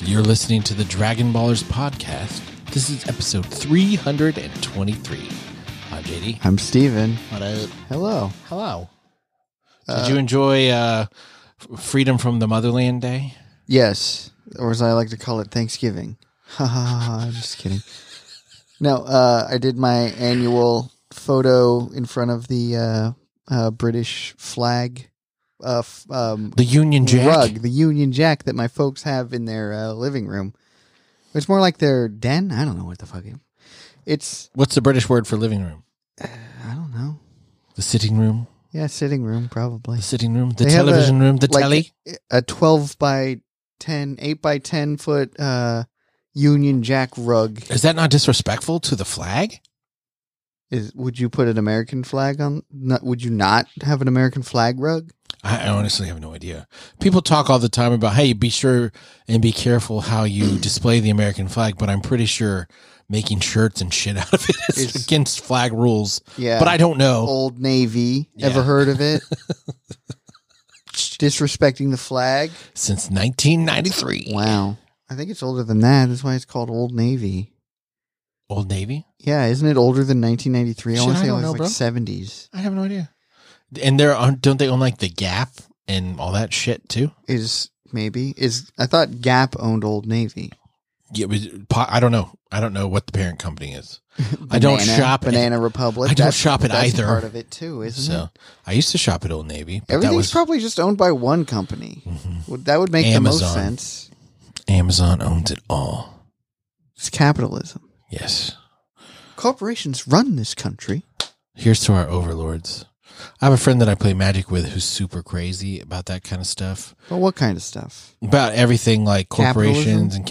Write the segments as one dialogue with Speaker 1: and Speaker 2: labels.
Speaker 1: You're listening to the Dragon Ballers podcast. This is episode 323. I'm JD.
Speaker 2: I'm Steven.
Speaker 1: What up?
Speaker 2: Hello.
Speaker 1: Hello. Did you enjoy uh, F- Freedom from the Motherland Day?
Speaker 2: Yes, or as I like to call it, Thanksgiving. Ha ha ha! ha. Just kidding. No, uh, I did my annual photo in front of the uh, uh, British flag uh, f- um,
Speaker 1: The Union Jack?
Speaker 2: rug, the Union Jack that my folks have in their uh, living room. It's more like their den. I don't know what the fuck. It, it's
Speaker 1: What's the British word for living room?
Speaker 2: I don't know.
Speaker 1: The sitting room?
Speaker 2: Yeah, sitting room probably.
Speaker 1: The sitting room? The
Speaker 2: They have
Speaker 1: television room? The
Speaker 2: like,
Speaker 1: telly?
Speaker 2: a 12 by 10 8 by 10 foot uh union jack rug
Speaker 1: Is that not disrespectful to the flag?
Speaker 2: is would you put an american flag on not, would you not have an american flag rug
Speaker 1: I I honestly have no idea. People talk all the time about, hey, be sure and be careful how you display the American flag, but I'm pretty sure making shirts and shit out of it is
Speaker 2: It's-
Speaker 1: against flag rules.
Speaker 2: yeah Oh.
Speaker 1: But I don't know.
Speaker 2: old navy
Speaker 1: Yeah.
Speaker 2: ever heard of it disrespecting the flag
Speaker 1: Since 1993.
Speaker 2: wow i think it's older than that that's why it's called old navy
Speaker 1: Old Navy?
Speaker 2: yeah isn't it older than 1993 i
Speaker 1: Shit,
Speaker 2: want
Speaker 1: I
Speaker 2: to say it
Speaker 1: don't
Speaker 2: was
Speaker 1: know,
Speaker 2: like
Speaker 1: bro.
Speaker 2: 70s
Speaker 1: I have no idea. And there are don't they own like the Gap and all that shit too?
Speaker 2: is maybe is i thought gap owned old navy
Speaker 1: Yeah, but po- I don't know. I don't know what the parent company is. I don't
Speaker 2: Banana-
Speaker 1: shop at-
Speaker 2: Banana Republic.
Speaker 1: I don't shop at
Speaker 2: that's
Speaker 1: either.
Speaker 2: Part of it too, isn't
Speaker 1: So
Speaker 2: it?
Speaker 1: I used to shop at Old Navy. But
Speaker 2: Everything's
Speaker 1: that was
Speaker 2: probably just owned by one company.
Speaker 1: Mhm.
Speaker 2: Would- That would make the most
Speaker 1: Amazon.
Speaker 2: sense.
Speaker 1: Amazon owns it all.
Speaker 2: It's capitalism.
Speaker 1: Yes.
Speaker 2: Corporations run this country.
Speaker 1: Here's to our overlords. I have a friend that I play magic with who's super crazy about that kind of stuff.
Speaker 2: Well, what kind of stuff?
Speaker 1: About everything like corporations
Speaker 2: Capitalism?
Speaker 1: and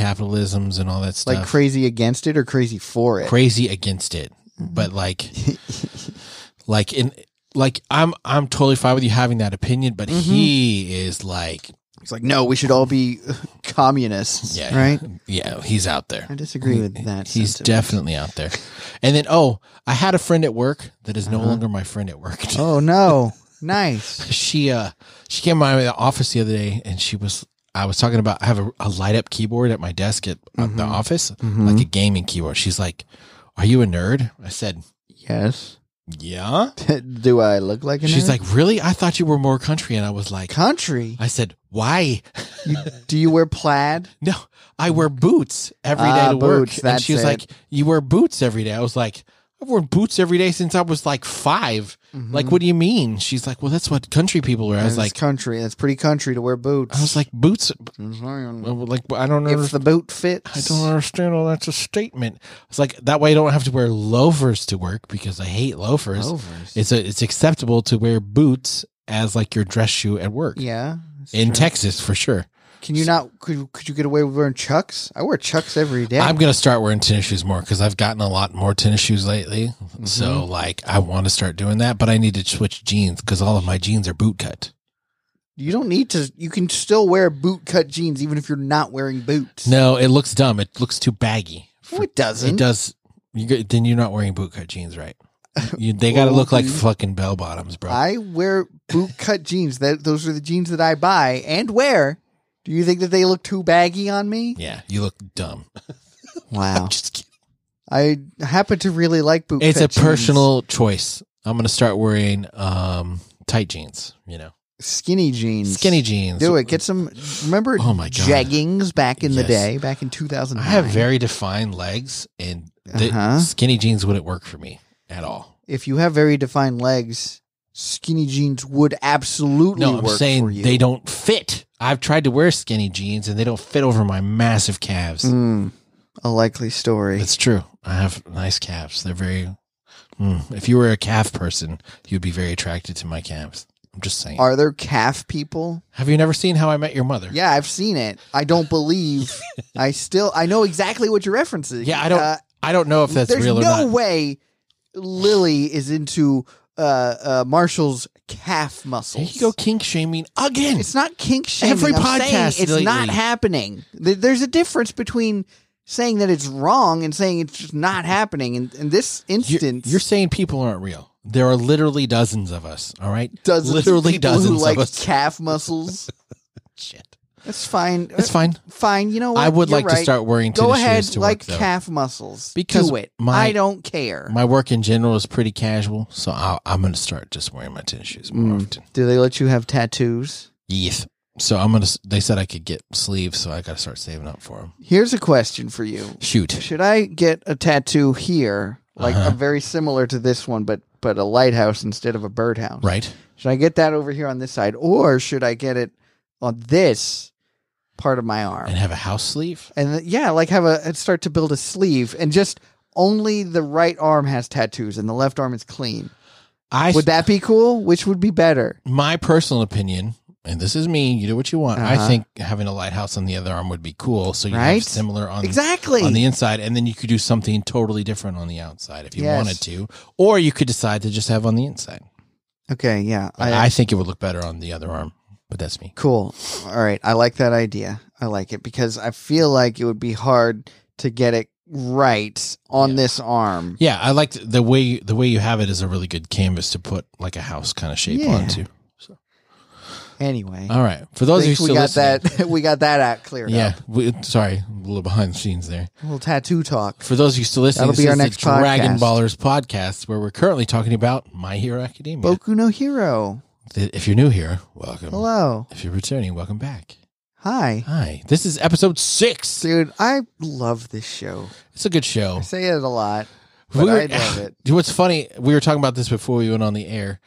Speaker 1: capitalisms and all that stuff.
Speaker 2: Like crazy against it or crazy for it?
Speaker 1: crazy against it.
Speaker 2: Mm-hmm.
Speaker 1: But like like in like I'm I'm totally fine with you having that opinion, but
Speaker 2: Mm-hmm.
Speaker 1: he is like
Speaker 2: it's like no, we should all be communists,
Speaker 1: yeah,
Speaker 2: right?
Speaker 1: Yeah, he's out there.
Speaker 2: I disagree with that.
Speaker 1: He's
Speaker 2: sentiment.
Speaker 1: definitely out there. And then oh, I had a friend at work that is no
Speaker 2: Uh-huh.
Speaker 1: longer my friend at work.
Speaker 2: Oh no! Nice.
Speaker 1: she uh she came by the office the other day and she was I was talking about I have a, a light up keyboard at my desk at uh,
Speaker 2: Mm-hmm.
Speaker 1: the office, like a gaming keyboard. She's like, "Are you a nerd?" I said,
Speaker 2: Yes.
Speaker 1: "Yeah."
Speaker 2: Do I look like a
Speaker 1: She's
Speaker 2: nerd?
Speaker 1: like, "Really? I thought you were more country." And I was like,
Speaker 2: country.
Speaker 1: "I said, why?
Speaker 2: You, do you wear plaid?
Speaker 1: No, I wear boots every day
Speaker 2: Ah,
Speaker 1: to work."
Speaker 2: boots,
Speaker 1: and she was
Speaker 2: that's
Speaker 1: like, "You wear boots every day." I was like. I've worn boots every day since I was like 5
Speaker 2: Mm-hmm.
Speaker 1: Like, what do you mean? She's like, well, that's what country people wear. I was
Speaker 2: That's
Speaker 1: like,
Speaker 2: country. That's pretty country to wear boots.
Speaker 1: I was like, boots.
Speaker 2: if
Speaker 1: Like, I don't understand.
Speaker 2: the boot fits,
Speaker 1: I don't understand all that's a statement. It's like that way I don't have to wear loafers to work because I hate loafers.
Speaker 2: Loafers.
Speaker 1: It's a, it's acceptable to wear boots as like your dress shoe at work.
Speaker 2: Yeah. that's
Speaker 1: In
Speaker 2: true.
Speaker 1: Texas for sure.
Speaker 2: can you not? Could could you get away with wearing chucks? I wear chucks every day.
Speaker 1: I'm going to start wearing tennis shoes more cuz I've gotten a lot more tennis shoes lately.
Speaker 2: Mm-hmm.
Speaker 1: So like I want to start doing that, but I need to switch jeans cuz all of my jeans are boot cut.
Speaker 2: you don't need to. You can still wear boot cut jeans even if you're not wearing boots.
Speaker 1: No, it looks dumb. It looks too baggy.
Speaker 2: No, it doesn't.
Speaker 1: It does you go- then you're not wearing boot cut jeans, right? You, they got to look like
Speaker 2: Well,
Speaker 1: fucking bell bottoms, bro.
Speaker 2: I wear boot cut jeans. That those are the jeans that I buy and wear. Do you think that they look too baggy on me?
Speaker 1: Yeah, you look dumb.
Speaker 2: Wow.
Speaker 1: Just kidding.
Speaker 2: I happen to really like boot.
Speaker 1: It's a
Speaker 2: cut jeans.
Speaker 1: personal choice. I'm gonna start wearing um tight jeans. You know,
Speaker 2: skinny jeans.
Speaker 1: skinny jeans.
Speaker 2: Do it. Get some. Remember
Speaker 1: Oh my God.
Speaker 2: jeggings back in
Speaker 1: Yes.
Speaker 2: the day, back in 2000.
Speaker 1: I have very defined legs, and the
Speaker 2: Uh-huh.
Speaker 1: skinny jeans wouldn't work for me at all.
Speaker 2: If you have very defined legs, skinny jeans would absolutely
Speaker 1: No, I'm
Speaker 2: work for
Speaker 1: saying
Speaker 2: you.
Speaker 1: they don't fit. I've tried to wear skinny jeans, and they don't fit over my massive calves.
Speaker 2: Mm, a likely story.
Speaker 1: It's true. I have nice calves. They're very. Mm. If you were a calf person, you'd be very attracted to my calves. I'm just saying.
Speaker 2: Are there calf people?
Speaker 1: have you never seen How I Met Your Mother?
Speaker 2: Yeah, I've seen it. I don't believe. I still. I know exactly what you're referencing.
Speaker 1: Yeah, I don't.
Speaker 2: Uh,
Speaker 1: I don't know if that's
Speaker 2: there's
Speaker 1: real or
Speaker 2: no
Speaker 1: not.
Speaker 2: way Lily is into uh, uh, Marshall's calf
Speaker 1: There
Speaker 2: muscles.
Speaker 1: you go, kink shaming again.
Speaker 2: It's not kink shaming.
Speaker 1: Every
Speaker 2: I'm
Speaker 1: podcast
Speaker 2: saying it's
Speaker 1: lately.
Speaker 2: not happening. Th- There's a difference between saying that it's wrong and saying it's just not happening. And in this
Speaker 1: You're-
Speaker 2: instance,
Speaker 1: You're, saying people aren't real. There are literally dozens of us. All right,
Speaker 2: dozens of
Speaker 1: literally
Speaker 2: people
Speaker 1: dozens
Speaker 2: who like
Speaker 1: of us.
Speaker 2: calf muscles.
Speaker 1: Shit.
Speaker 2: That's fine.
Speaker 1: It's fine.
Speaker 2: Fine. You know Uh, what?
Speaker 1: I would
Speaker 2: You're
Speaker 1: like to
Speaker 2: right.
Speaker 1: start wearing
Speaker 2: Go
Speaker 1: tennis
Speaker 2: ahead,
Speaker 1: shoes to
Speaker 2: like
Speaker 1: work though.
Speaker 2: calf muscles.
Speaker 1: Because
Speaker 2: do it.
Speaker 1: my-
Speaker 2: I don't care.
Speaker 1: My work in general is pretty casual, so I'll, I'm going to start just wearing my tennis shoes more
Speaker 2: Mm.
Speaker 1: often.
Speaker 2: do they let you have tattoos?
Speaker 1: Yes. So I'm gonna. s- They said I could get sleeves, so I got to start saving up for them.
Speaker 2: Here's a question for you.
Speaker 1: Shoot.
Speaker 2: Should I get a tattoo here, like
Speaker 1: Uh-huh.
Speaker 2: a very similar to this one, but but a lighthouse instead of a birdhouse?
Speaker 1: Right.
Speaker 2: Should I get that over here on this side, or should I get it on this part of my arm?
Speaker 1: And have a house sleeve.
Speaker 2: and th- yeah, like have a and start to build a sleeve, and just only the right arm has tattoos, and the left arm is clean.
Speaker 1: I
Speaker 2: Would that be cool? Which would be better?
Speaker 1: my personal opinion, and this is me. You do what you want. I
Speaker 2: Uh-huh.
Speaker 1: think having a lighthouse on the other arm would be cool. So you have
Speaker 2: Right?
Speaker 1: similar on
Speaker 2: exactly.
Speaker 1: on the inside, and then you could do something totally different on the outside if you
Speaker 2: Yes.
Speaker 1: wanted to, or you could decide to just have on the inside.
Speaker 2: okay, Oh, yeah,
Speaker 1: But
Speaker 2: I,
Speaker 1: I, think it would look better on the other arm, but that's me.
Speaker 2: cool. All right, I like that idea. I like it because I feel like it would be hard to get it right on
Speaker 1: Yeah.
Speaker 2: this arm.
Speaker 1: Yeah, I like the way the way you have it is a really good canvas to put like a house kind of shape
Speaker 2: Yeah.
Speaker 1: onto.
Speaker 2: Anyway,
Speaker 1: All right, for Uh, those of you
Speaker 2: think
Speaker 1: still
Speaker 2: we got
Speaker 1: listening,
Speaker 2: that. we got that out cleared
Speaker 1: yeah,
Speaker 2: up.
Speaker 1: we, sorry, I'm a little behind the scenes there.
Speaker 2: A little tattoo talk.
Speaker 1: For those of you still listening,
Speaker 2: That'll
Speaker 1: this
Speaker 2: be our
Speaker 1: is
Speaker 2: next
Speaker 1: the Dragon
Speaker 2: podcast.
Speaker 1: Ballers podcast, where we're currently talking about My Hero Academia.
Speaker 2: Boku no Hero.
Speaker 1: Th- If you're new here, welcome.
Speaker 2: Hello.
Speaker 1: If you're returning, welcome back.
Speaker 2: Hi.
Speaker 1: Hi, this is episode six.
Speaker 2: Dude, I love this show.
Speaker 1: It's a good show.
Speaker 2: I say it a lot. But
Speaker 1: We were-
Speaker 2: I love it.
Speaker 1: Dude, What's funny? We were talking about this before we went on the air.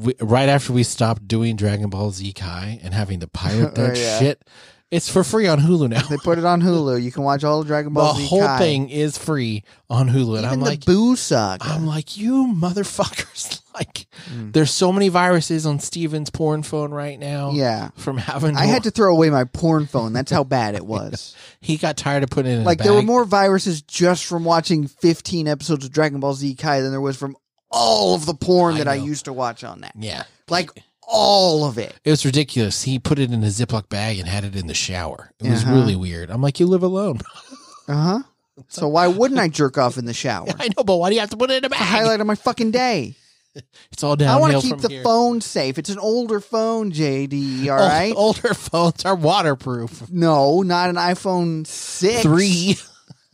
Speaker 1: We, right after we stopped doing Dragon Ball Z Kai and having to pirate
Speaker 2: Oh,
Speaker 1: that
Speaker 2: yeah.
Speaker 1: shit, it's for free on Hulu now.
Speaker 2: They put it on Hulu. You can watch all the Dragon Ball
Speaker 1: the
Speaker 2: Z
Speaker 1: whole
Speaker 2: Kai.
Speaker 1: thing is free on Hulu, and
Speaker 2: Even
Speaker 1: I'm
Speaker 2: the
Speaker 1: like,
Speaker 2: Boo Saga.
Speaker 1: I'm like, you motherfuckers! like,
Speaker 2: Mm.
Speaker 1: there's so many viruses on Steven's porn phone right now.
Speaker 2: yeah.
Speaker 1: from having,
Speaker 2: I had to throw away my porn phone. That's how bad it was.
Speaker 1: He got tired of putting it in.
Speaker 2: Like
Speaker 1: a
Speaker 2: there were
Speaker 1: bag.
Speaker 2: more viruses just from watching 15 episodes of Dragon Ball Z Kai than there was from all of the porn
Speaker 1: I
Speaker 2: that I
Speaker 1: know.
Speaker 2: used to watch on that.
Speaker 1: Yeah,
Speaker 2: Like all of it.
Speaker 1: it was ridiculous. He put it in a Ziploc bag and had it in the shower. It was
Speaker 2: Uh-huh.
Speaker 1: really weird. I'm like, you live alone.
Speaker 2: Uh-huh. So why wouldn't I jerk off in the shower?
Speaker 1: I know, but why do you have to put it in a bag?
Speaker 2: The highlight of my fucking day.
Speaker 1: It's all
Speaker 2: I
Speaker 1: downhill.
Speaker 2: want to keep
Speaker 1: from
Speaker 2: the
Speaker 1: here. Oh,
Speaker 2: phone safe. It's an older phone, JD, all
Speaker 1: Old-
Speaker 2: right?
Speaker 1: older phones are waterproof.
Speaker 2: No, not an iPhone 6.
Speaker 1: Three.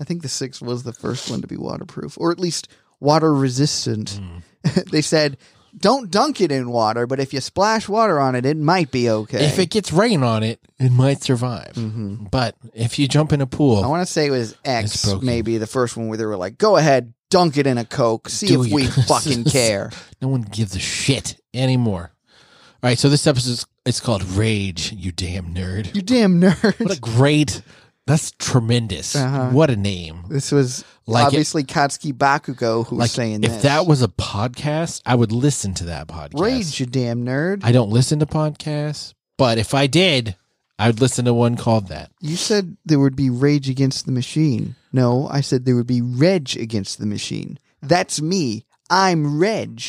Speaker 2: I think the 6 was the first one to be waterproof or at least water resistant.
Speaker 1: Hmm.
Speaker 2: they said don't dunk it in water, but if you splash water on it, it might be okay.
Speaker 1: If it gets rain on it, it might survive.
Speaker 2: Mm-hmm.
Speaker 1: But if you jump in a
Speaker 2: I
Speaker 1: pool,
Speaker 2: want to say it was
Speaker 1: It's
Speaker 2: X,
Speaker 1: broken.
Speaker 2: maybe the first one where they were like, "Go ahead, dunk it in a Coke, see
Speaker 1: Do
Speaker 2: if
Speaker 1: you-
Speaker 2: we fucking care."
Speaker 1: no one gives a shit anymore. All right, so this episode is it's called Rage, you damn nerd.
Speaker 2: You damn
Speaker 1: What a
Speaker 2: nerd!
Speaker 1: great that's tremendous.
Speaker 2: Uh-huh.
Speaker 1: What a name.
Speaker 2: This was
Speaker 1: Like it-
Speaker 2: obviously Katsuki Bakugo who was saying
Speaker 1: if
Speaker 2: this.
Speaker 1: that was a podcast, I would listen to that podcast.
Speaker 2: Rage, you damn nerd.
Speaker 1: I don't listen to podcasts, but if I did, I would listen to one called that.
Speaker 2: You said there would be Rage Against the Machine. No, I said there would be Reg Against the Machine. That's me. I'm Reg.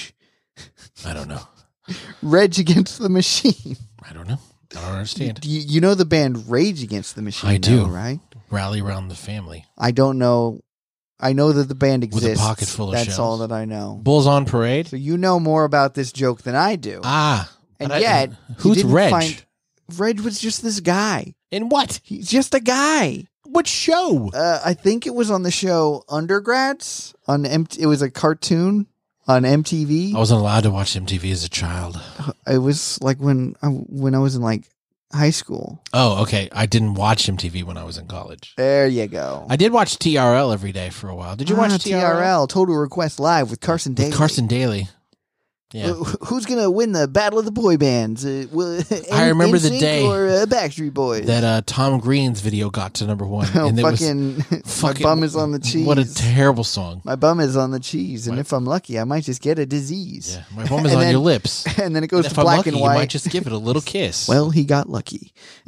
Speaker 1: I don't know.
Speaker 2: Reg Against the Machine.
Speaker 1: I don't know. I don't understand.
Speaker 2: Do you, you know the band Rage Against the Machine?
Speaker 1: I do.
Speaker 2: though, right?
Speaker 1: Rally around the family.
Speaker 2: I don't know. I know that the band
Speaker 1: With a
Speaker 2: exists.
Speaker 1: pocket full of
Speaker 2: That's
Speaker 1: shells.
Speaker 2: all that I know.
Speaker 1: Bulls on parade.
Speaker 2: So you know more about this joke than I do.
Speaker 1: Ah,
Speaker 2: and
Speaker 1: but I-
Speaker 2: yet,
Speaker 1: who's
Speaker 2: didn't
Speaker 1: Reg?
Speaker 2: find- Reg was just this guy.
Speaker 1: In what?
Speaker 2: He's just a guy.
Speaker 1: What show?
Speaker 2: Uh, I think it was on the show Undergrads on M- It was a cartoon on MTV.
Speaker 1: I wasn't allowed to watch MTV as a child.
Speaker 2: It was like when I, when I was in like high school.
Speaker 1: Oh, okay. I didn't watch MTV when I was in college.
Speaker 2: There you go.
Speaker 1: I did watch TRL every day for a while. Did you watch
Speaker 2: Ah,
Speaker 1: TRL?
Speaker 2: Total Request Live with Carson
Speaker 1: With
Speaker 2: Daly.
Speaker 1: Carson Daly. Yeah.
Speaker 2: Uh, wh- who's gonna win the battle of the boy bands? Uh, well,
Speaker 1: I remember the
Speaker 2: NSYNC
Speaker 1: day
Speaker 2: or uh, Backstreet Boys.
Speaker 1: That uh, Tom Green's video got to number one.
Speaker 2: oh,
Speaker 1: it
Speaker 2: fucking, my bum is on the cheese.
Speaker 1: What a terrible song.
Speaker 2: my bum is on the cheese, and
Speaker 1: My-
Speaker 2: if I'm lucky, I might just get a disease.
Speaker 1: Yeah. My bum is
Speaker 2: And
Speaker 1: on
Speaker 2: then-
Speaker 1: your lips.
Speaker 2: And then it goes
Speaker 1: And
Speaker 2: to black and
Speaker 1: you might
Speaker 2: white.
Speaker 1: just give it a little kiss.
Speaker 2: Well, he got lucky.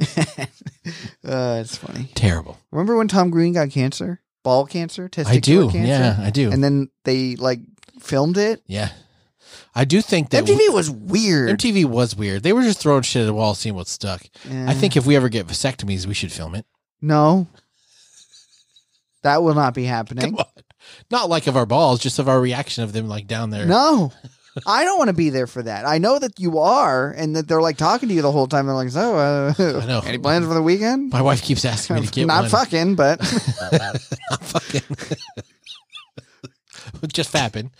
Speaker 2: uh, it's funny.
Speaker 1: terrible.
Speaker 2: Remember when Tom Green got cancer, ball cancer, testicular
Speaker 1: I do.
Speaker 2: cancer?
Speaker 1: Yeah, I do.
Speaker 2: And then they like filmed it.
Speaker 1: yeah. I do think that
Speaker 2: MTV was weird.
Speaker 1: MTV was weird. They were just throwing shit at the wall, seeing what stuck. I
Speaker 2: Yeah.
Speaker 1: think if we ever get vasectomies, we should film it.
Speaker 2: No. That will not be happening.
Speaker 1: Come on. Not like of our balls, just of our reaction of them like down there.
Speaker 2: No. I don't want to be there for that. I know that you are, and that they're like talking to you the whole time. They're like, "So, uh,
Speaker 1: know.
Speaker 2: any plans for the weekend?"
Speaker 1: My wife keeps asking me to get
Speaker 2: Not
Speaker 1: one.
Speaker 2: fucking, but
Speaker 1: Not fucking. Just fapping.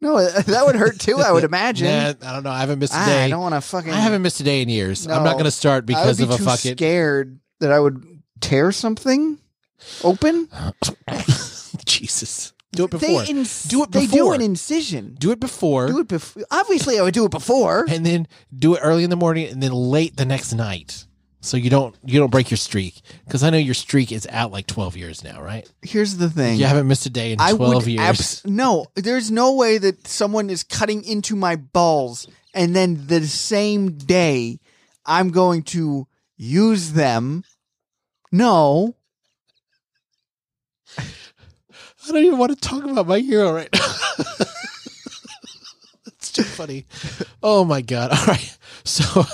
Speaker 2: no, that would hurt too. I would imagine. Ah,
Speaker 1: Nah, I don't know. I haven't missed a
Speaker 2: I
Speaker 1: day.
Speaker 2: don't want to fucking.
Speaker 1: I haven't missed a day in years. I'm
Speaker 2: No.
Speaker 1: not going to start
Speaker 2: I would
Speaker 1: because
Speaker 2: be
Speaker 1: of a
Speaker 2: too
Speaker 1: fucking.
Speaker 2: scared that I would tear something open.
Speaker 1: Jesus. Do it before.
Speaker 2: They ins-
Speaker 1: Do it
Speaker 2: They do
Speaker 1: before.
Speaker 2: an incision.
Speaker 1: do it before.
Speaker 2: Do it before. Obviously, I would do it before.
Speaker 1: and then do it early in the morning and then late the next night so you don't you don't break your streak because i know your streak is out like 12 years now right
Speaker 2: Here's the thing.
Speaker 1: you haven't missed a day in
Speaker 2: I
Speaker 1: 12
Speaker 2: would
Speaker 1: years
Speaker 2: abs- no, there's no way that someone is cutting into my balls and then the same day I'm going to use them. No.
Speaker 1: i don't even want to talk about my hero right now it's too funny oh my god all right so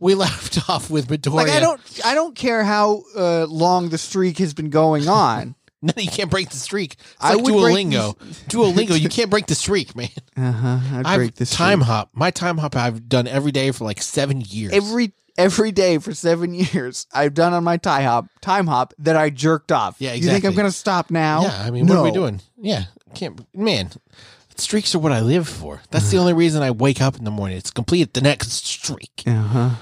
Speaker 1: we left off with midoriya
Speaker 2: Like I don't I don't care how uh, long the streak has been going on.
Speaker 1: no you can't break the streak it's
Speaker 2: I
Speaker 1: like
Speaker 2: would break
Speaker 1: duolingo duolingo you can't break the streak man
Speaker 2: uh-huh. I'd
Speaker 1: i've
Speaker 2: break this
Speaker 1: time
Speaker 2: streak.
Speaker 1: hop my time hop i've done every day for like seven years
Speaker 2: every every day for 7 years. I've done on my tie hop, time hop that I jerked off.
Speaker 1: Yeah,
Speaker 2: You think I'm
Speaker 1: exactly.
Speaker 2: going to stop now?
Speaker 1: Yeah, I mean, what are we
Speaker 2: No.
Speaker 1: doing? Yeah, can't man. Streaks are what I live for. That's the only reason I wake up in the morning. It's complete the next streak.
Speaker 2: Uh-huh.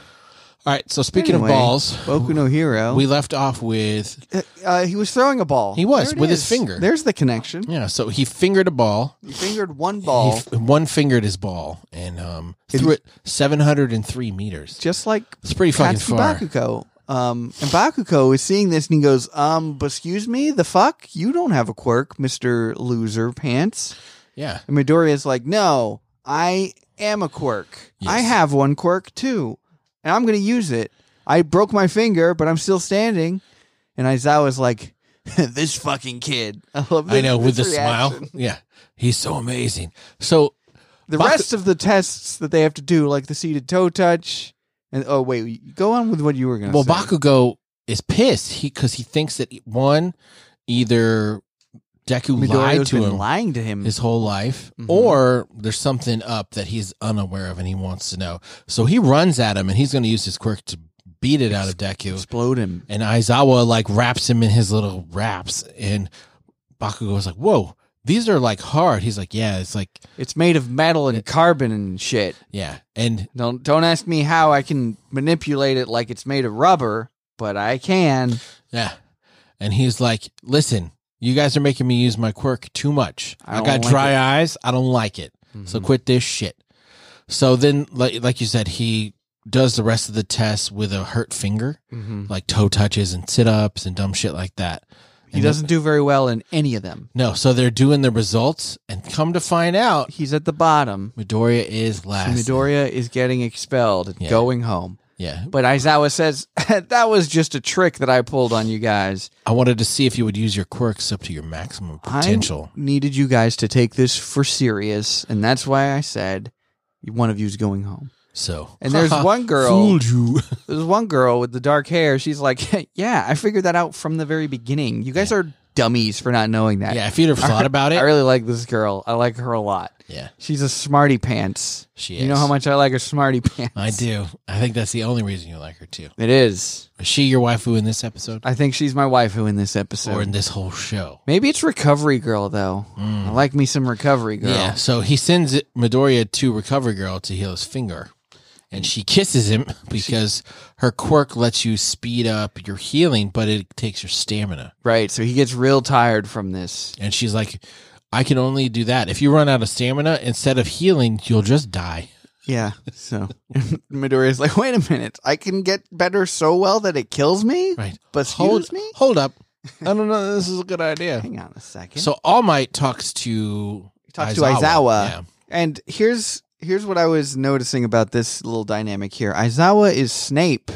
Speaker 1: All right. So speaking
Speaker 2: Anyway,
Speaker 1: of balls,
Speaker 2: Boku no Hero.
Speaker 1: we left off with
Speaker 2: Uh, he was throwing a ball.
Speaker 1: He was,
Speaker 2: There it
Speaker 1: with his
Speaker 2: is.
Speaker 1: finger.
Speaker 2: There's the connection.
Speaker 1: yeah. So he fingered a ball.
Speaker 2: He fingered one
Speaker 1: He
Speaker 2: ball,
Speaker 1: f- one fingered his ball and um,
Speaker 2: Is-
Speaker 1: threw it seven hundred and three meters.
Speaker 2: just like
Speaker 1: It's pretty fucking
Speaker 2: Katsuki
Speaker 1: far.
Speaker 2: Bakuko. Um, and Bakuko is seeing this and he goes, "Um, but excuse me, the fuck? You don't have a quirk, Mister Loser Pants."
Speaker 1: Yeah.
Speaker 2: And Midoriya's like, "No, I am a quirk.
Speaker 1: Yes.
Speaker 2: I have one quirk too, and I'm gonna use it. I broke my finger, but I'm still standing." And Aizawa's like, "This fucking kid. I love. This,
Speaker 1: I know with the
Speaker 2: this
Speaker 1: smile.
Speaker 2: reaction.
Speaker 1: Yeah. He's so amazing. So
Speaker 2: The
Speaker 1: Baku-
Speaker 2: rest of the tests that they have to do, like the seated toe touch, and oh wait, you- go on with what you were going to
Speaker 1: Well,
Speaker 2: say.
Speaker 1: Bakugo is pissed he because he thinks that one, either Deku lied
Speaker 2: Midoriya's
Speaker 1: to
Speaker 2: been
Speaker 1: him
Speaker 2: lying to him.
Speaker 1: his whole life,
Speaker 2: Mhm.
Speaker 1: or there's something up that he's unaware of and he wants to know. So he runs at him and he's going to use his quirk to beat it out of Deku.
Speaker 2: explode him.
Speaker 1: And Aizawa like wraps him in his little wraps, and Bakugo is like, "Whoa, these are like hard." He's like, "Yeah, it's like
Speaker 2: It's made of metal and carbon and shit.
Speaker 1: yeah." And
Speaker 2: Don't don't ask me how I can manipulate it like it's made of rubber, but I can.
Speaker 1: Yeah. And he's like, listen, you guys are making me use my quirk too much. I,
Speaker 2: I don't
Speaker 1: got
Speaker 2: like Mm-hmm.
Speaker 1: dry eyes. I don't like it. So quit this shit. So then, like, like you said, he does the rest of the test with a hurt finger,
Speaker 2: Mm-hmm.
Speaker 1: like toe touches and sit ups and dumb shit like that.
Speaker 2: He doesn't do very well in any of them.
Speaker 1: No. So they're doing the results. And come to find out,
Speaker 2: He's at the bottom.
Speaker 1: Midoriya is
Speaker 2: So
Speaker 1: last.
Speaker 2: Midoriya is getting expelled and
Speaker 1: Yeah.
Speaker 2: going home.
Speaker 1: yeah.
Speaker 2: But Aizawa says, that was just a trick that I pulled on you guys.
Speaker 1: I wanted to see if you would use your quirks up to your maximum potential.
Speaker 2: I needed you guys to take this for serious, and that's why I said one of you's going home.
Speaker 1: so.
Speaker 2: And there's one girl-
Speaker 1: Fooled you.
Speaker 2: There's one girl with the dark hair. She's like, "Yeah, I figured that out from the very beginning. You guys are dummies for not knowing that."
Speaker 1: yeah. If you'd have thought about
Speaker 2: I
Speaker 1: it.
Speaker 2: really like this girl. I like her a lot.
Speaker 1: Yeah.
Speaker 2: She's a smarty pants.
Speaker 1: She is.
Speaker 2: You know how much I like her smarty pants.
Speaker 1: I do. I think that's the only reason you like her too.
Speaker 2: It is.
Speaker 1: Is she your waifu in this episode
Speaker 2: I think she's my waifu in this episode.
Speaker 1: or in this whole show?
Speaker 2: Maybe it's recovery girl though. I like me some recovery girl.
Speaker 1: Yeah. So he sends it- Midoriya to Recovery Girl to heal his finger, and she kisses him because her quirk lets you speed up your healing, but it takes your stamina.
Speaker 2: Right. So he gets real tired from this.
Speaker 1: And she's like, "I can only do that. If you run out of stamina, instead of healing, you'll just die."
Speaker 2: Yeah. So Midoriya's like, wait a minute, I can get better so well that it kills me.
Speaker 1: Right.
Speaker 2: But excuse
Speaker 1: hold,
Speaker 2: me.
Speaker 1: Hold up. I don't know. This is a good idea.
Speaker 2: Hang on a second.
Speaker 1: So All Might talks to
Speaker 2: talks to Aizawa.
Speaker 1: Yeah.
Speaker 2: and here's here's what I was noticing about this little dynamic here. Aizawa is Snape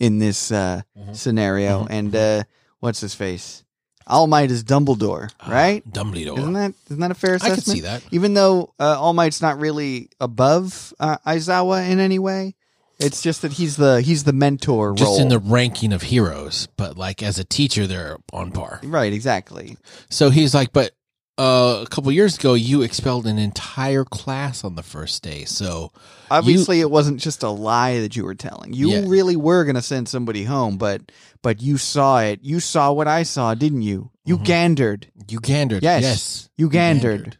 Speaker 2: in this uh,
Speaker 1: Mhm.
Speaker 2: scenario,
Speaker 1: Mhm.
Speaker 2: and uh, what's his face? All Might is Dumbledore, right?
Speaker 1: Ah, Dumbledore.
Speaker 2: Isn't that isn't that a fair
Speaker 1: I
Speaker 2: assessment?
Speaker 1: could see that.
Speaker 2: Even though uh, All Might's not really above uh, Aizawa in any way, it's just that he's the he's the mentor
Speaker 1: just
Speaker 2: role.
Speaker 1: in the ranking of heroes, but like as a teacher, they're on par.
Speaker 2: right, exactly.
Speaker 1: So he's like, but uh, a couple years ago, you expelled an entire class on the first day. So
Speaker 2: Obviously, it wasn't just a lie that you were telling. You
Speaker 1: Yeah.
Speaker 2: really were going to send somebody home, but but you saw it. You saw what I saw, didn't you? You
Speaker 1: Mhm.
Speaker 2: gandered.
Speaker 1: you gandered.
Speaker 2: Yes,
Speaker 1: Yes.
Speaker 2: You gandered.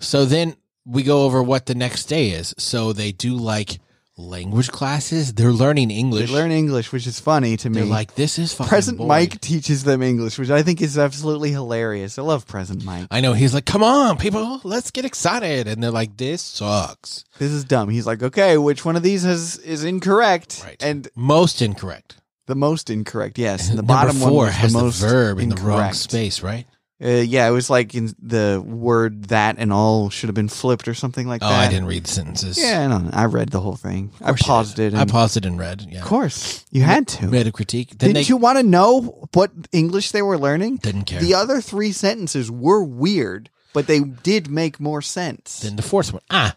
Speaker 1: So then we go over what the next day is. So they do like language classes. They're learning
Speaker 2: They
Speaker 1: English.
Speaker 2: learn English, which is funny to me.
Speaker 1: They're like, this is fucking
Speaker 2: Present
Speaker 1: boring.
Speaker 2: Mike teaches them English, which I think is absolutely hilarious. I love Present Mike.
Speaker 1: I know. He's like, come on, people, let's get excited. And they're like, this sucks.
Speaker 2: This is dumb. He's like, okay, which one of these is is incorrect?
Speaker 1: Right.
Speaker 2: And
Speaker 1: Most incorrect.
Speaker 2: the most incorrect, yes. And the
Speaker 1: Number
Speaker 2: bottom
Speaker 1: four
Speaker 2: one was
Speaker 1: has
Speaker 2: the
Speaker 1: the,
Speaker 2: most
Speaker 1: verb in the wrong
Speaker 2: incorrect.
Speaker 1: space, right?
Speaker 2: Uh, yeah, it was like in the word that and all should have been flipped or something like
Speaker 1: Oh, I
Speaker 2: that.
Speaker 1: didn't read the sentences.
Speaker 2: Yeah, I don't know. I read the whole thing. I
Speaker 1: course you
Speaker 2: paused it.
Speaker 1: I
Speaker 2: and-
Speaker 1: paused it and read. Yeah.
Speaker 2: Of course, you had to.
Speaker 1: Made a critique. Then
Speaker 2: Didn't
Speaker 1: they
Speaker 2: you want to know what English they were learning?
Speaker 1: didn't care.
Speaker 2: The other three sentences were weird, but they did make more sense.
Speaker 1: then the fourth one. Ah,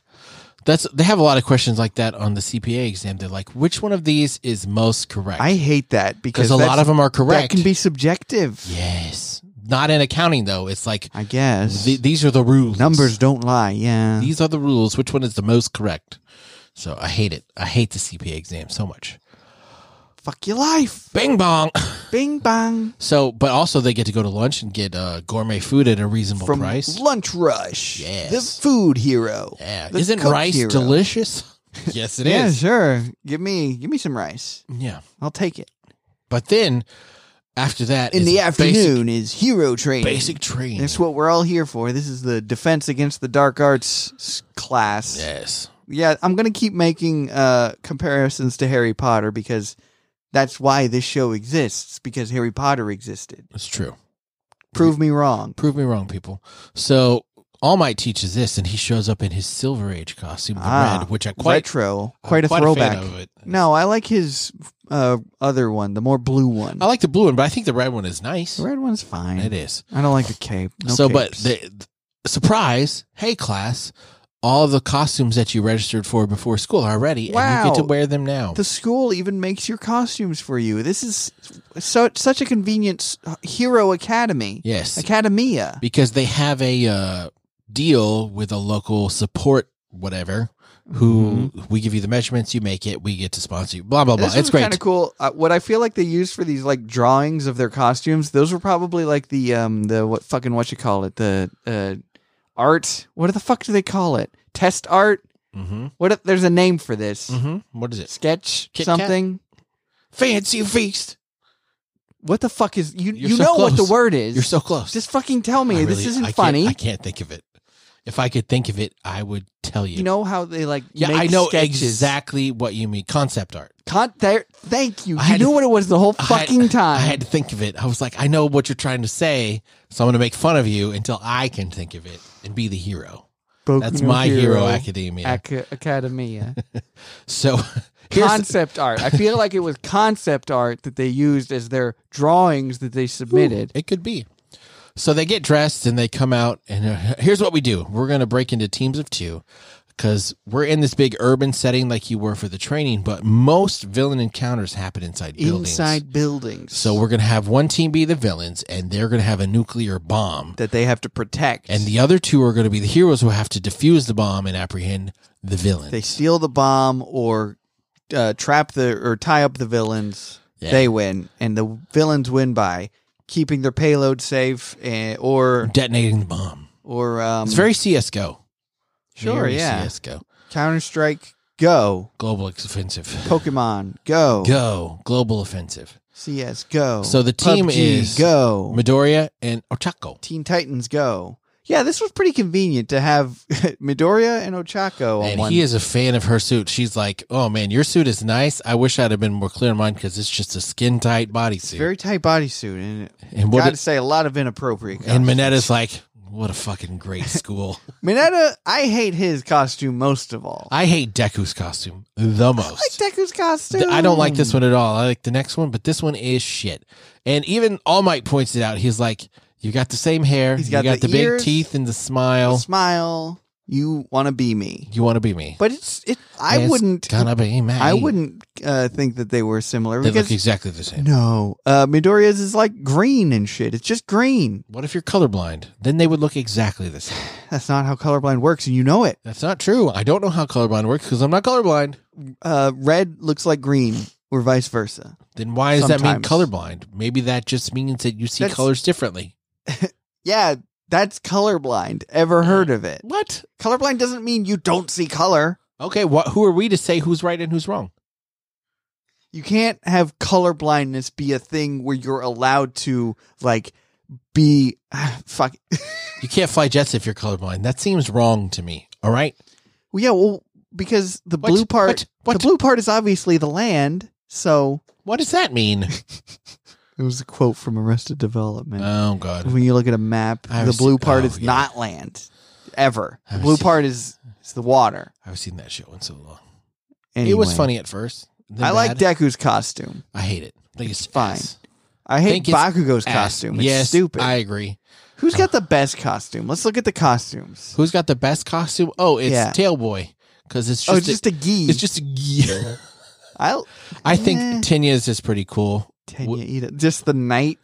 Speaker 1: that's they have a lot of questions like that on the CPA exam. They're like, which one of these is most correct?
Speaker 2: I hate that because
Speaker 1: because a lot
Speaker 2: that's-
Speaker 1: of them are correct.
Speaker 2: that can be subjective.
Speaker 1: yes, not in accounting though. It's like
Speaker 2: I guess
Speaker 1: th- these are the rules.
Speaker 2: numbers don't lie. Yeah,
Speaker 1: These are the rules. Which one is the most correct? So I hate it. I hate the CPA exam so much.
Speaker 2: fuck your life.
Speaker 1: Bing bong.
Speaker 2: Bing bang
Speaker 1: So, but also they get to go to lunch and get uh, gourmet food at a reasonable
Speaker 2: from
Speaker 1: price.
Speaker 2: lunch rush.
Speaker 1: Oh, Yes.
Speaker 2: the food hero.
Speaker 1: yeah,
Speaker 2: the
Speaker 1: isn't
Speaker 2: Coke
Speaker 1: rice
Speaker 2: hero.
Speaker 1: delicious? yes, it is.
Speaker 2: yeah, sure. Give me give me some rice.
Speaker 1: Yeah.
Speaker 2: I'll take it.
Speaker 1: But then after that,
Speaker 2: In
Speaker 1: is
Speaker 2: the
Speaker 1: basic-
Speaker 2: afternoon is hero training.
Speaker 1: basic, training.
Speaker 2: That's what we're all here for. This is the defense against the dark arts s- class.
Speaker 1: yes,
Speaker 2: yeah i'm gonna keep making uh comparisons to harry potter because that's why this show exists because harry potter existed
Speaker 1: it's true.
Speaker 2: prove me wrong
Speaker 1: Prove me wrong, people. So All Might teaches this, and he shows up in his Silver Age costume, the
Speaker 2: Ah,
Speaker 1: red, which I quite
Speaker 2: retro quite a
Speaker 1: I'm fan
Speaker 2: throwback
Speaker 1: of it.
Speaker 2: no i like his uh other one the more blue one
Speaker 1: I like the blue one, but I think the red one is nice.
Speaker 2: the red one's fine
Speaker 1: Oh, It is.
Speaker 2: i don't like the cape No
Speaker 1: so, but
Speaker 2: capes.
Speaker 1: the, the- surprise, hey class, all the costumes that you registered for before school are ready, and you get to
Speaker 2: Wow.
Speaker 1: wear them now.
Speaker 2: the school even makes your costumes for you this is so such a convenient s- hero academy
Speaker 1: yes,
Speaker 2: academia
Speaker 1: because they have a uh, deal with a local support whatever who we give you the measurements you make it we get to sponsor you blah blah blah
Speaker 2: Mm-hmm. This
Speaker 1: it's
Speaker 2: was
Speaker 1: great
Speaker 2: kind of cool. Uh, what I feel like they used for these like drawings of their costumes, those were probably like the um the what fucking what you call it the uh art. What the fuck do they call it? Test art.
Speaker 1: mm-hmm.
Speaker 2: What if- there's a name for this?
Speaker 1: Mm-hmm. what is it
Speaker 2: Sketch
Speaker 1: Kit Kat?
Speaker 2: something.
Speaker 1: fancy feast
Speaker 2: What the fuck is you?
Speaker 1: You're
Speaker 2: you
Speaker 1: so
Speaker 2: know what the
Speaker 1: close.
Speaker 2: word is.
Speaker 1: you're so close
Speaker 2: Just fucking tell me.
Speaker 1: I
Speaker 2: this
Speaker 1: really-
Speaker 2: isn't
Speaker 1: I can't-
Speaker 2: funny.
Speaker 1: i can't think of it if i could think of it i would tell you
Speaker 2: You know how they like
Speaker 1: yeah
Speaker 2: make
Speaker 1: i know
Speaker 2: sketches.
Speaker 1: exactly what you mean concept art
Speaker 2: Con- there, thank you.
Speaker 1: I
Speaker 2: You
Speaker 1: had
Speaker 2: knew
Speaker 1: to-
Speaker 2: what it was the whole
Speaker 1: I had-
Speaker 2: fucking time.
Speaker 1: i had to think of it i was like i know what you're trying to say so i'm going to make fun of you until i can think of it and be the hero
Speaker 2: Boku
Speaker 1: that's
Speaker 2: no
Speaker 1: my hero, academia
Speaker 2: Ac- academia.
Speaker 1: So here's
Speaker 2: concept art. I feel like it was concept art that they used as their drawings that they submitted.
Speaker 1: it could be. So they get dressed and they come out and uh, here's what we do. We're going to break into teams of 2 cuz we're in this big urban setting like you were for the training, but most villain encounters happen inside buildings.
Speaker 2: Inside buildings.
Speaker 1: So we're going to have one team be the villains and they're going to have a nuclear bomb
Speaker 2: that they have to protect.
Speaker 1: and the other two are going to be the heroes who have to defuse the bomb and apprehend the villain.
Speaker 2: they steal the bomb or uh, trap the or tie up the villains.
Speaker 1: Yeah.
Speaker 2: They win, and the villains win by keeping their payload safe and, or
Speaker 1: detonating the bomb.
Speaker 2: or um,
Speaker 1: It's very CS:GO.
Speaker 2: Sure,
Speaker 1: Very
Speaker 2: yeah.
Speaker 1: CS:GO.
Speaker 2: Counter Strike Go,
Speaker 1: Global offensive.
Speaker 2: Pokemon Go,
Speaker 1: Go. Global offensive.
Speaker 2: CS Go.
Speaker 1: So the team
Speaker 2: PUBG
Speaker 1: is-
Speaker 2: Go,
Speaker 1: Midoriya and Ochako.
Speaker 2: Teen Titans Go. Yeah, this was pretty convenient to have Midoriya and Ochako on
Speaker 1: And
Speaker 2: one.
Speaker 1: he is a fan of her suit. She's like, "Oh man, your suit is nice. I wish I'd have been more clear in mine because it's just a skin tight bodysuit."
Speaker 2: very tight bodysuit, and
Speaker 1: and
Speaker 2: got
Speaker 1: what?
Speaker 2: to say, a lot of inappropriate.
Speaker 1: and
Speaker 2: costumes.
Speaker 1: Minetta's like, "What a fucking great school."
Speaker 2: Mineta, I hate his costume most of all. I
Speaker 1: I hate Deku's costume the
Speaker 2: like
Speaker 1: most.
Speaker 2: Deku's costume.
Speaker 1: Th- I don't like this one at all. I like the next one, but this one is shit. And even All Might points it out. He's like, "You got the same hair.
Speaker 2: He's
Speaker 1: you
Speaker 2: got
Speaker 1: got
Speaker 2: the
Speaker 1: the, big
Speaker 2: ears,
Speaker 1: teeth and the
Speaker 2: The
Speaker 1: smile.
Speaker 2: smile. You want to be me,
Speaker 1: you want to be me?"
Speaker 2: but it's it. I
Speaker 1: It's
Speaker 2: wouldn't.
Speaker 1: gonna be me.
Speaker 2: I wouldn't uh, think that they were similar.
Speaker 1: They
Speaker 2: because-
Speaker 1: look exactly the same.
Speaker 2: no, uh, Midoriya's is like green and shit. It's just green.
Speaker 1: What if you're colorblind? Then they would look exactly the same.
Speaker 2: That's not how colorblind works, and you know it.
Speaker 1: That's not true. I don't know how colorblind works because I'm not colorblind.
Speaker 2: Uh, red looks like green, or vice versa.
Speaker 1: Then why does
Speaker 2: Sometimes.
Speaker 1: that mean colorblind? Maybe that just means that you see
Speaker 2: That's-
Speaker 1: colors differently.
Speaker 2: Yeah, that's colorblind. Ever heard of it?
Speaker 1: What?
Speaker 2: Colorblind doesn't mean you don't see color.
Speaker 1: Okay, what who are we to say who's right and who's wrong?
Speaker 2: You can't have colorblindness be a thing where you're allowed to like be ah, fuck.
Speaker 1: You can't fly jets if you're colorblind. That seems wrong to me. All right?
Speaker 2: Well, yeah, well, because the
Speaker 1: What?
Speaker 2: blue part,
Speaker 1: What?
Speaker 2: the
Speaker 1: What?
Speaker 2: blue part is obviously the land. So
Speaker 1: What does that mean?
Speaker 2: it was a quote from Arrested Development.
Speaker 1: oh god.
Speaker 2: when you look at a map,
Speaker 1: I've
Speaker 2: the blue
Speaker 1: seen-
Speaker 2: part
Speaker 1: oh,
Speaker 2: is
Speaker 1: yeah.
Speaker 2: not land ever. The
Speaker 1: I've
Speaker 2: blue
Speaker 1: seen-
Speaker 2: part is is the water.
Speaker 1: I haven't seen that show in so long. It was
Speaker 2: Anyway.
Speaker 1: funny at first. then
Speaker 2: I like
Speaker 1: bad.
Speaker 2: Deku's costume.
Speaker 1: I hate it. I think it's
Speaker 2: fine.
Speaker 1: ass.
Speaker 2: I hate
Speaker 1: Think it's
Speaker 2: Bakugo's
Speaker 1: Ass.
Speaker 2: costume. It's
Speaker 1: yes,
Speaker 2: stupid.
Speaker 1: I agree.
Speaker 2: Who's got the best costume? Let's look at the costumes.
Speaker 1: Who's got the best costume? Oh, it's
Speaker 2: Yeah.
Speaker 1: Tailboy because it's
Speaker 2: oh,
Speaker 1: just,
Speaker 2: it's just a gi.
Speaker 1: a, it's just a gear.
Speaker 2: I'll
Speaker 1: I think
Speaker 2: Eh.
Speaker 1: Tinya's is pretty cool.
Speaker 2: Tenya eat it. Just the knight.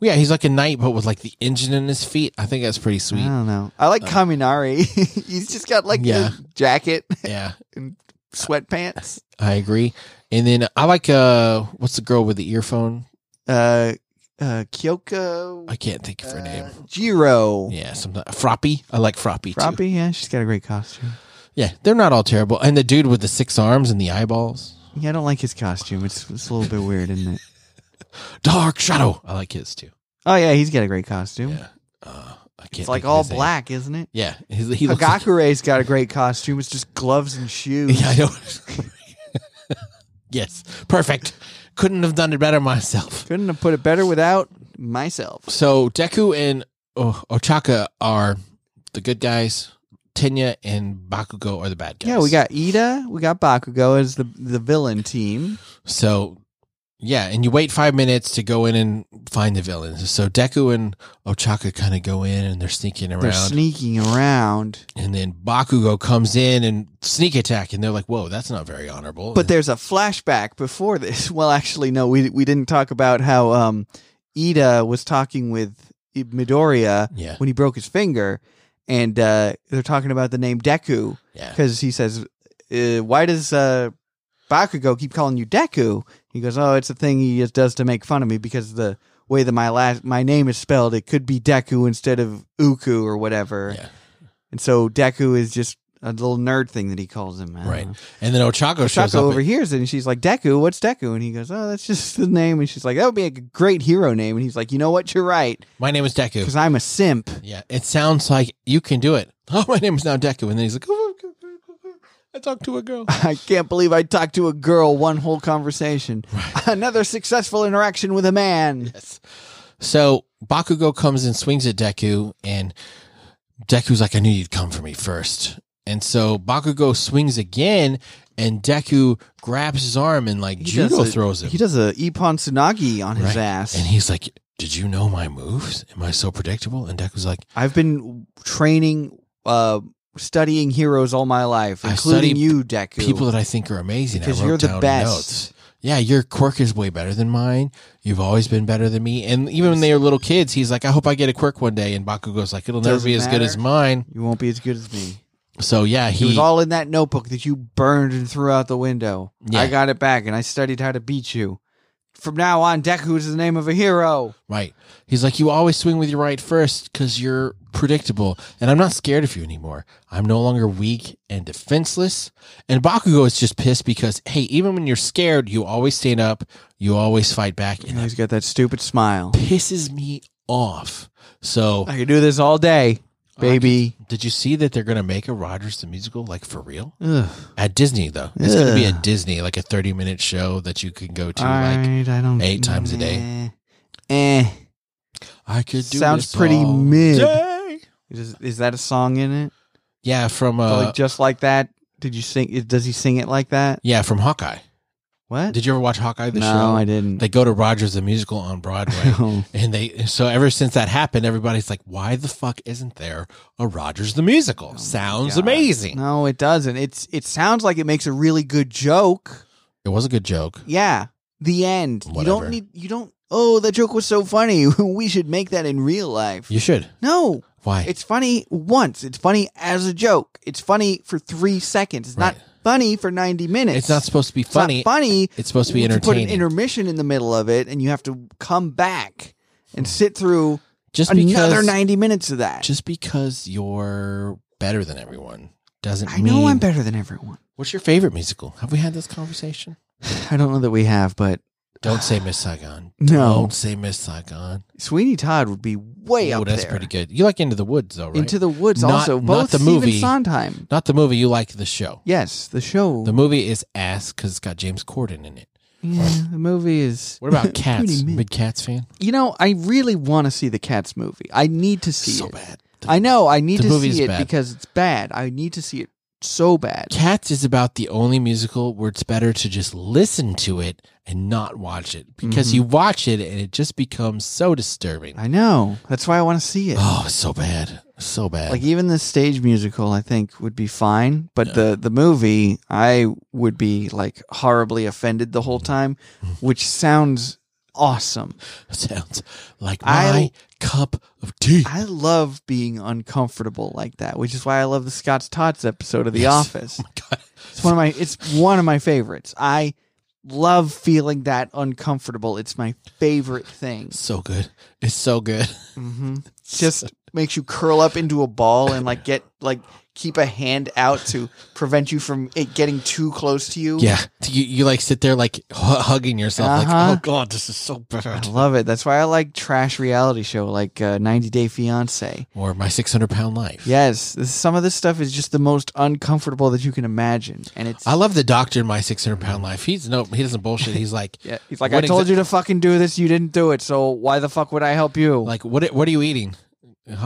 Speaker 1: Yeah, he's like a knight, but with like the engine in his feet. I think that's pretty
Speaker 2: I
Speaker 1: sweet.
Speaker 2: don't know. I like
Speaker 1: Uh,
Speaker 2: Kaminari. He's just got like
Speaker 1: Yeah.
Speaker 2: a jacket,
Speaker 1: Yeah,
Speaker 2: sweatpants.
Speaker 1: I agree. And then I like uh, what's the girl with the earphone?
Speaker 2: Uh, uh, Kyoko.
Speaker 1: I can't think of her
Speaker 2: uh,
Speaker 1: name.
Speaker 2: Jiro.
Speaker 1: Yeah, something Froppy. I like Froppy, too.
Speaker 2: Froppy, yeah, she's got a great costume.
Speaker 1: Yeah, they're not all terrible. And the dude with the six arms and the eyeballs,
Speaker 2: Yeah, I don't like his costume. It's it's a little bit weird, isn't it?
Speaker 1: Dark Shadow. I like his too.
Speaker 2: Oh yeah, he's got a great costume.
Speaker 1: Yeah, uh, I can't.
Speaker 2: it's
Speaker 1: think
Speaker 2: like
Speaker 1: of
Speaker 2: all
Speaker 1: his name.
Speaker 2: black, isn't it?
Speaker 1: Yeah, he, he looks. Like,
Speaker 2: Hagakure's got a great costume. It's just gloves and shoes.
Speaker 1: yeah, I know. yes, perfect. Couldn't have done it better myself.
Speaker 2: Couldn't have put it better without myself.
Speaker 1: So Deku and oh, Ochaka are the good guys. Tenya and Bakugo are the bad guys.
Speaker 2: Yeah, we got Ida, we got Bakugo as the the villain team.
Speaker 1: So yeah, and you wait five minutes to go in and find the villains. So Deku and Ochaka kind of go in and they're sneaking around,
Speaker 2: They're sneaking around,
Speaker 1: and then Bakugo comes in and sneak attack, and they're like, "Whoa, that's not very honorable."
Speaker 2: but there's a flashback before this. Well, actually, no, we we didn't talk about how um, Ida was talking with Midoriya
Speaker 1: yeah,
Speaker 2: when he broke his finger, and uh, they're talking about the name Deku.
Speaker 1: yeah,
Speaker 2: because he says, uh, "Why does uh, Bakugo keep calling you Deku?" He goes, "Oh, it's a thing he just does to make fun of me because the way that my last my name is spelled, it could be Deku instead of Uku or whatever,
Speaker 1: yeah,
Speaker 2: and so Deku is just a little nerd thing that he calls him." I don't
Speaker 1: right.
Speaker 2: know.
Speaker 1: And then Ochaka shows
Speaker 2: Shaka
Speaker 1: up.
Speaker 2: overhears it and she's like, "Deku, what's Deku?" And he goes, "Oh, that's just the name." And she's like, "That would be a great hero name." And he's like, "You know what? You're right
Speaker 1: My name is Deku.
Speaker 2: because I'm a simp."
Speaker 1: Yeah, it sounds like you can do it. Oh, my name is now Deku, and then he's like, "I talked to a girl."
Speaker 2: I can't believe I talked to a girl one whole conversation.
Speaker 1: Right.
Speaker 2: Another successful interaction with a man.
Speaker 1: Yes. So Bakugo comes and swings at Deku, and Deku's like, I knew you'd come for me first. And so Bakugo swings again, and Deku grabs his arm and like
Speaker 2: He
Speaker 1: judo
Speaker 2: does a-
Speaker 1: throws him.
Speaker 2: He does a Ippon Tsunagi on his
Speaker 1: Right.
Speaker 2: ass.
Speaker 1: and he's like, Did you know my moves? Am I so predictable? And Deku's like,
Speaker 2: I've been training, uh, studying heroes all my life,
Speaker 1: I
Speaker 2: including
Speaker 1: study
Speaker 2: you, Deku.
Speaker 1: People that I think are amazing. I
Speaker 2: because
Speaker 1: wrote
Speaker 2: you're the
Speaker 1: down
Speaker 2: best.
Speaker 1: notes. Yeah, your quirk is way better than mine. You've always been better than me. And even when they were little kids, he's like, I hope I get a quirk one day. And Bakugo's like, It'll never
Speaker 2: Doesn't
Speaker 1: be as good
Speaker 2: matter.
Speaker 1: as mine.
Speaker 2: You won't be as good as me.
Speaker 1: So yeah,
Speaker 2: It
Speaker 1: he
Speaker 2: was all in that notebook that you burned and threw out the window.
Speaker 1: Yeah.
Speaker 2: I got it back, and I studied how to beat you. From now on, Deku is the name of a hero.
Speaker 1: Right. He's like, you always swing with your right first because you're predictable, and I'm not scared of you anymore. I'm no longer weak and defenseless. And Bakugo is just pissed because, hey, even when you're scared, you always stand up, you always fight back, and
Speaker 2: And
Speaker 1: that
Speaker 2: he's got that stupid smile.
Speaker 1: pisses me off. So,
Speaker 2: I could do this all day, baby.
Speaker 1: did you see that they're going to make a Rogers the Musical, like for real?
Speaker 2: Ugh.
Speaker 1: At Disney, though. It's going to be
Speaker 2: Ugh.
Speaker 1: at Disney, like a 30 minute show that you can go to.
Speaker 2: All
Speaker 1: Like,
Speaker 2: right, I don't
Speaker 1: eight times a day.
Speaker 2: Eh. Eh.
Speaker 1: I could do
Speaker 2: Sounds
Speaker 1: this
Speaker 2: pretty
Speaker 1: all
Speaker 2: mid.
Speaker 1: day.
Speaker 2: Is, is that a song in it?
Speaker 1: Yeah, from uh,
Speaker 2: like just like that? Did you sing? it- Does he sing it like that?
Speaker 1: yeah, from Hawkeye.
Speaker 2: What?
Speaker 1: Did you ever watch Hawkeye the
Speaker 2: no,
Speaker 1: show?
Speaker 2: I didn't.
Speaker 1: They go to Rogers the Musical on Broadway.
Speaker 2: Oh.
Speaker 1: and they so ever since that happened, everybody's like, why the fuck isn't there a Rogers the Musical?
Speaker 2: Oh my
Speaker 1: Sounds
Speaker 2: God.
Speaker 1: amazing.
Speaker 2: no, it doesn't. It's it sounds like it makes a really good joke.
Speaker 1: It was a good joke.
Speaker 2: Yeah, the end. You
Speaker 1: Whatever.
Speaker 2: don't need. You don't. Oh, that joke was so funny. we should make that in real life.
Speaker 1: You should.
Speaker 2: no,
Speaker 1: Why?
Speaker 2: it's funny once. It's funny as a joke. It's funny for three seconds. It's not
Speaker 1: Right.
Speaker 2: funny for ninety minutes.
Speaker 1: It's not supposed to be
Speaker 2: It's not
Speaker 1: funny.
Speaker 2: funny.
Speaker 1: It's supposed to be
Speaker 2: You put an
Speaker 1: entertaining.
Speaker 2: intermission in the middle of it, and you have to come back and sit through
Speaker 1: just
Speaker 2: another
Speaker 1: because
Speaker 2: ninety minutes of that.
Speaker 1: just because you're better than everyone doesn't
Speaker 2: I know
Speaker 1: mean-
Speaker 2: I'm better than everyone.
Speaker 1: What's your favorite musical? Have we had this conversation?
Speaker 2: I don't know that we have, but
Speaker 1: Don't say Miss Saigon.
Speaker 2: No.
Speaker 1: Don't say Miss Saigon.
Speaker 2: Sweeney Todd would be way
Speaker 1: oh,
Speaker 2: up
Speaker 1: that's
Speaker 2: there.
Speaker 1: pretty good. You like Into the Woods though, right?
Speaker 2: Into the Woods
Speaker 1: Not-
Speaker 2: also.
Speaker 1: not
Speaker 2: Both
Speaker 1: the
Speaker 2: Stephen
Speaker 1: movie.
Speaker 2: Sondheim.
Speaker 1: Not the movie, you like the show.
Speaker 2: Yes, the show.
Speaker 1: The movie is ass because it's got James Corden in it.
Speaker 2: yeah, the movie is.
Speaker 1: What about
Speaker 2: Too
Speaker 1: Cats?
Speaker 2: many men.
Speaker 1: Big Cats fan?
Speaker 2: You know, I really want to see the Cats movie. I need to see
Speaker 1: So
Speaker 2: it.
Speaker 1: bad.
Speaker 2: I know. I need
Speaker 1: The
Speaker 2: to
Speaker 1: movie's
Speaker 2: see it
Speaker 1: bad.
Speaker 2: because it's bad. I need to see it so bad.
Speaker 1: Cats is about the only musical where it's better to just listen to it and not watch it because
Speaker 2: Mhm.
Speaker 1: you watch it and it just becomes so disturbing.
Speaker 2: I know. That's why I want to see it.
Speaker 1: oh, it's so bad. So bad.
Speaker 2: Like even the stage musical, I think would be fine, but the the movie, I would be like horribly offended the whole time, which sounds awesome.
Speaker 1: sounds like my
Speaker 2: I-
Speaker 1: cup of tea.
Speaker 2: I love being uncomfortable like that, which is why I love the Scott's Tots episode of The
Speaker 1: Yes.
Speaker 2: Office.
Speaker 1: oh my God.
Speaker 2: It's one of my it's one of my favorites. I love feeling that uncomfortable. It's my favorite thing.
Speaker 1: So good. It's so good.
Speaker 2: hmm Just makes you curl up into a ball and like get like keep a hand out to prevent you from it getting too close to you.
Speaker 1: Yeah. You, you like sit there like hu- hugging yourself
Speaker 2: Uh-huh.
Speaker 1: like, oh God, this is so
Speaker 2: I
Speaker 1: bad.
Speaker 2: love it. That's why I like trash reality show like uh, 90 Day Fiance.
Speaker 1: Or my 600 pound life.
Speaker 2: Yes, this, some of this stuff is just the most uncomfortable that you can imagine, and it's
Speaker 1: I love the doctor in my 600 pound life. He's no, he doesn't bullshit. He's like,
Speaker 2: Yeah, he's like,
Speaker 1: What
Speaker 2: I told
Speaker 1: exa-
Speaker 2: you to fucking do this, you didn't do it, so why the fuck would I help you?
Speaker 1: like what what are you eating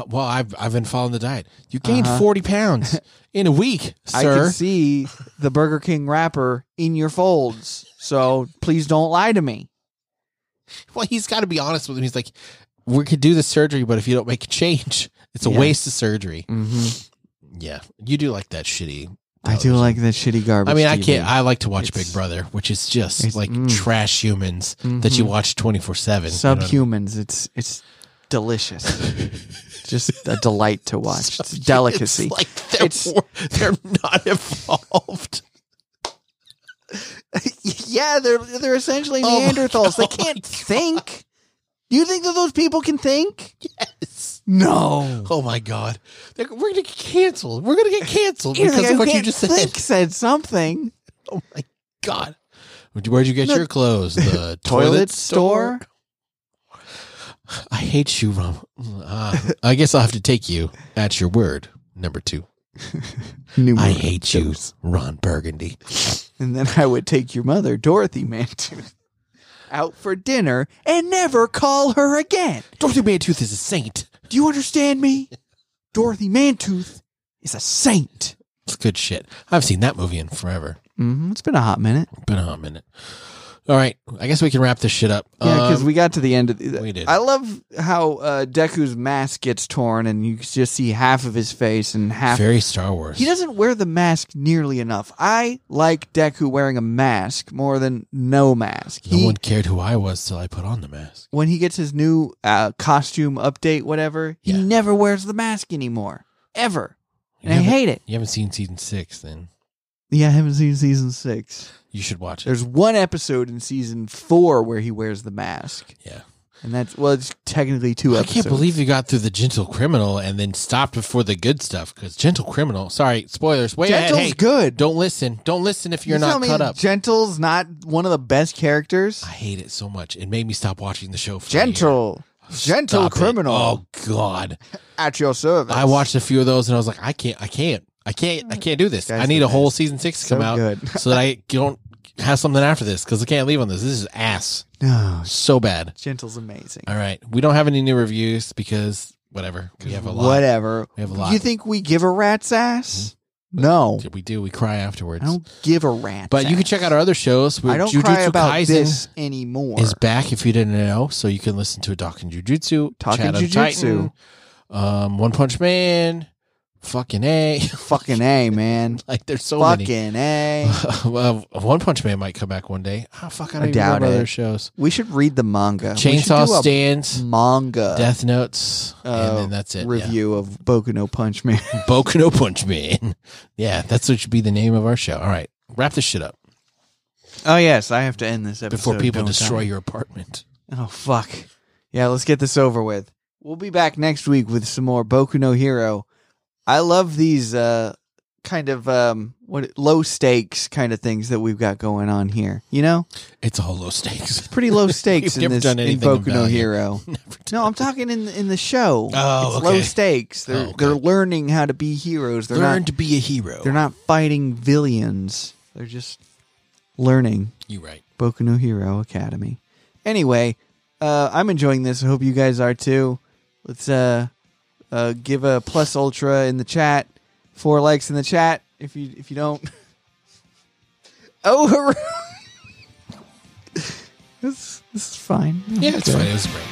Speaker 1: well i've i've been following the diet you gained
Speaker 2: Uh-huh.
Speaker 1: 40 pounds in a week
Speaker 2: I can
Speaker 1: sir
Speaker 2: see the Burger King wrapper in your folds, so please don't lie to me.
Speaker 1: well he's got to be honest with him he's like we could do the surgery but if you don't make a change it's a
Speaker 2: Yeah.
Speaker 1: waste of surgery
Speaker 2: Mm-hmm.
Speaker 1: yeah you do like that shitty
Speaker 2: I do
Speaker 1: television.
Speaker 2: like that shitty garbage.
Speaker 1: i mean i
Speaker 2: TV.
Speaker 1: can't i like to watch
Speaker 2: It's-
Speaker 1: big brother which is just
Speaker 2: it's-
Speaker 1: like
Speaker 2: mm.
Speaker 1: trash humans
Speaker 2: Mm-hmm.
Speaker 1: that you watch 24 7
Speaker 2: subhumans. It's it's delicious, just a delight to watch. It's a delicacy.
Speaker 1: like they're,
Speaker 2: It's-
Speaker 1: wor- they're not evolved
Speaker 2: yeah, they're they're essentially
Speaker 1: Oh my
Speaker 2: Neanderthals. They
Speaker 1: God.
Speaker 2: can't think. Do you think that those people can think?
Speaker 1: It's-
Speaker 2: No.
Speaker 1: Oh my god, They're- we're gonna get canceled. We're gonna get canceled
Speaker 2: You're the
Speaker 1: because
Speaker 2: guy
Speaker 1: of
Speaker 2: who
Speaker 1: what you
Speaker 2: can't
Speaker 1: just
Speaker 2: think
Speaker 1: said.
Speaker 2: said something.
Speaker 1: Oh my god, where'd you get
Speaker 2: The-
Speaker 1: your clothes? The
Speaker 2: Toilet store.
Speaker 1: I hate you, Rum. Uh, I guess I'll have to take you at your word. Number two, I hate you, Ron Burgundy.
Speaker 2: And then I would take your mother, Dorothy Mantooth, out for dinner and never call her again.
Speaker 1: Dorothy Mantooth is a saint.
Speaker 2: Do you understand me? Dorothy Mantooth is a saint.
Speaker 1: It's good shit. I've seen that movie in forever.
Speaker 2: Mm-hmm. It's been a hot minute.
Speaker 1: Been a hot minute. All right, I guess we can wrap this shit up.
Speaker 2: Yeah, because
Speaker 1: Um,
Speaker 2: we got to the end of the.
Speaker 1: we did.
Speaker 2: I love how uh, Deku's mask gets torn and you just see half of his face and half
Speaker 1: very Star Wars.
Speaker 2: He doesn't wear the mask nearly enough. I like Deku wearing a mask more than no mask.
Speaker 1: no
Speaker 2: He-
Speaker 1: one cared who I was till I put on the mask.
Speaker 2: when he gets his new uh, costume update, whatever, he
Speaker 1: Yeah.
Speaker 2: never wears the mask anymore, ever. And
Speaker 1: You
Speaker 2: I
Speaker 1: haven't-
Speaker 2: hate it.
Speaker 1: You haven't seen season six, then
Speaker 2: Yeah, I haven't seen season six.
Speaker 1: you should watch it.
Speaker 2: There's one episode in season four where he wears the mask,
Speaker 1: Yeah,
Speaker 2: and that's well, it's technically two
Speaker 1: I
Speaker 2: episodes.
Speaker 1: can't believe you got through the gentle criminal and then stopped before the good stuff. Because gentle criminal, sorry, spoilers. Wait, ahead,
Speaker 2: Gentle's
Speaker 1: hey,
Speaker 2: good.
Speaker 1: don't listen. Don't listen if you're
Speaker 2: You tell
Speaker 1: not
Speaker 2: me
Speaker 1: caught up.
Speaker 2: Gentle's not one of the best characters.
Speaker 1: I hate it so much. It made me stop watching the show. For a year.
Speaker 2: Gentle, gentle
Speaker 1: Stop it.
Speaker 2: criminal
Speaker 1: Oh God,
Speaker 2: at your service.
Speaker 1: I watched a few of those and I was like, I can't, I can't, I can't, I can't do this.
Speaker 2: Guys,
Speaker 1: I need
Speaker 2: the
Speaker 1: a whole
Speaker 2: best.
Speaker 1: season six to
Speaker 2: So
Speaker 1: come out
Speaker 2: good.
Speaker 1: so that I don't have something after this because I can't leave on this. This is ass.
Speaker 2: No,
Speaker 1: So bad.
Speaker 2: Gentle's amazing.
Speaker 1: All right, we don't have any new reviews because whatever. We have a lot.
Speaker 2: Whatever.
Speaker 1: We have a lot.
Speaker 2: You think we give a rat's ass? No,
Speaker 1: We do. We cry afterwards.
Speaker 2: I don't give a rat's.
Speaker 1: But you can
Speaker 2: ass.
Speaker 1: check out our other shows.
Speaker 2: I don't
Speaker 1: Jujutsu
Speaker 2: cry about
Speaker 1: Kaisen
Speaker 2: this anymore.
Speaker 1: is back if you didn't know, so you can listen to Talking Jujutsu,
Speaker 2: Talking
Speaker 1: Chat on
Speaker 2: Jujutsu.
Speaker 1: Titan, um, One Punch Man, Fucking A.
Speaker 2: Fucking A, man.
Speaker 1: like there's so many.
Speaker 2: Fucking A.
Speaker 1: well, One Punch Man might come back one day. Oh, fuck, I don't
Speaker 2: I
Speaker 1: even know
Speaker 2: doubt
Speaker 1: about
Speaker 2: it.
Speaker 1: their shows.
Speaker 2: We should read the manga. We should
Speaker 1: Chainsaw
Speaker 2: do a
Speaker 1: Stands,
Speaker 2: manga
Speaker 1: Death Notes,
Speaker 2: uh,
Speaker 1: and then that's it. Yeah.
Speaker 2: review of Boku no Punch Man.
Speaker 1: Boku no Punch Man. yeah, that's what should be the name of our show. All right, wrap this shit up
Speaker 2: oh yes, I have to end this episode
Speaker 1: before people
Speaker 2: don't
Speaker 1: destroy
Speaker 2: I?
Speaker 1: your apartment.
Speaker 2: Oh fuck. Yeah, let's get this over with. We'll be back next week with some more Boku no Hero. I love these uh kind of um what low stakes kind of things that we've got going on here. You know?
Speaker 1: It's all low stakes.
Speaker 2: Pretty low
Speaker 1: We've
Speaker 2: stakes in
Speaker 1: never
Speaker 2: this
Speaker 1: done
Speaker 2: in
Speaker 1: anything of
Speaker 2: Boku no
Speaker 1: value.
Speaker 2: Hero.
Speaker 1: Never done
Speaker 2: No, I'm talking in in the show.
Speaker 1: Oh,
Speaker 2: it's
Speaker 1: okay.
Speaker 2: low stakes. They're
Speaker 1: Oh, okay.
Speaker 2: they're learning how to be heroes. They're
Speaker 1: Learn
Speaker 2: not
Speaker 1: to be a hero.
Speaker 2: they're not fighting villains. They're just learning.
Speaker 1: You right.
Speaker 2: Boku no Hero Academy. Anyway, uh, I'm enjoying this. I hope you guys are too. Let's uh, uh, give a plus ultra in the chat. Four likes in the chat if you if you don't. Oh, hooray! this this is fine.
Speaker 1: Yeah, it's
Speaker 2: Okay.
Speaker 1: fine. It was great.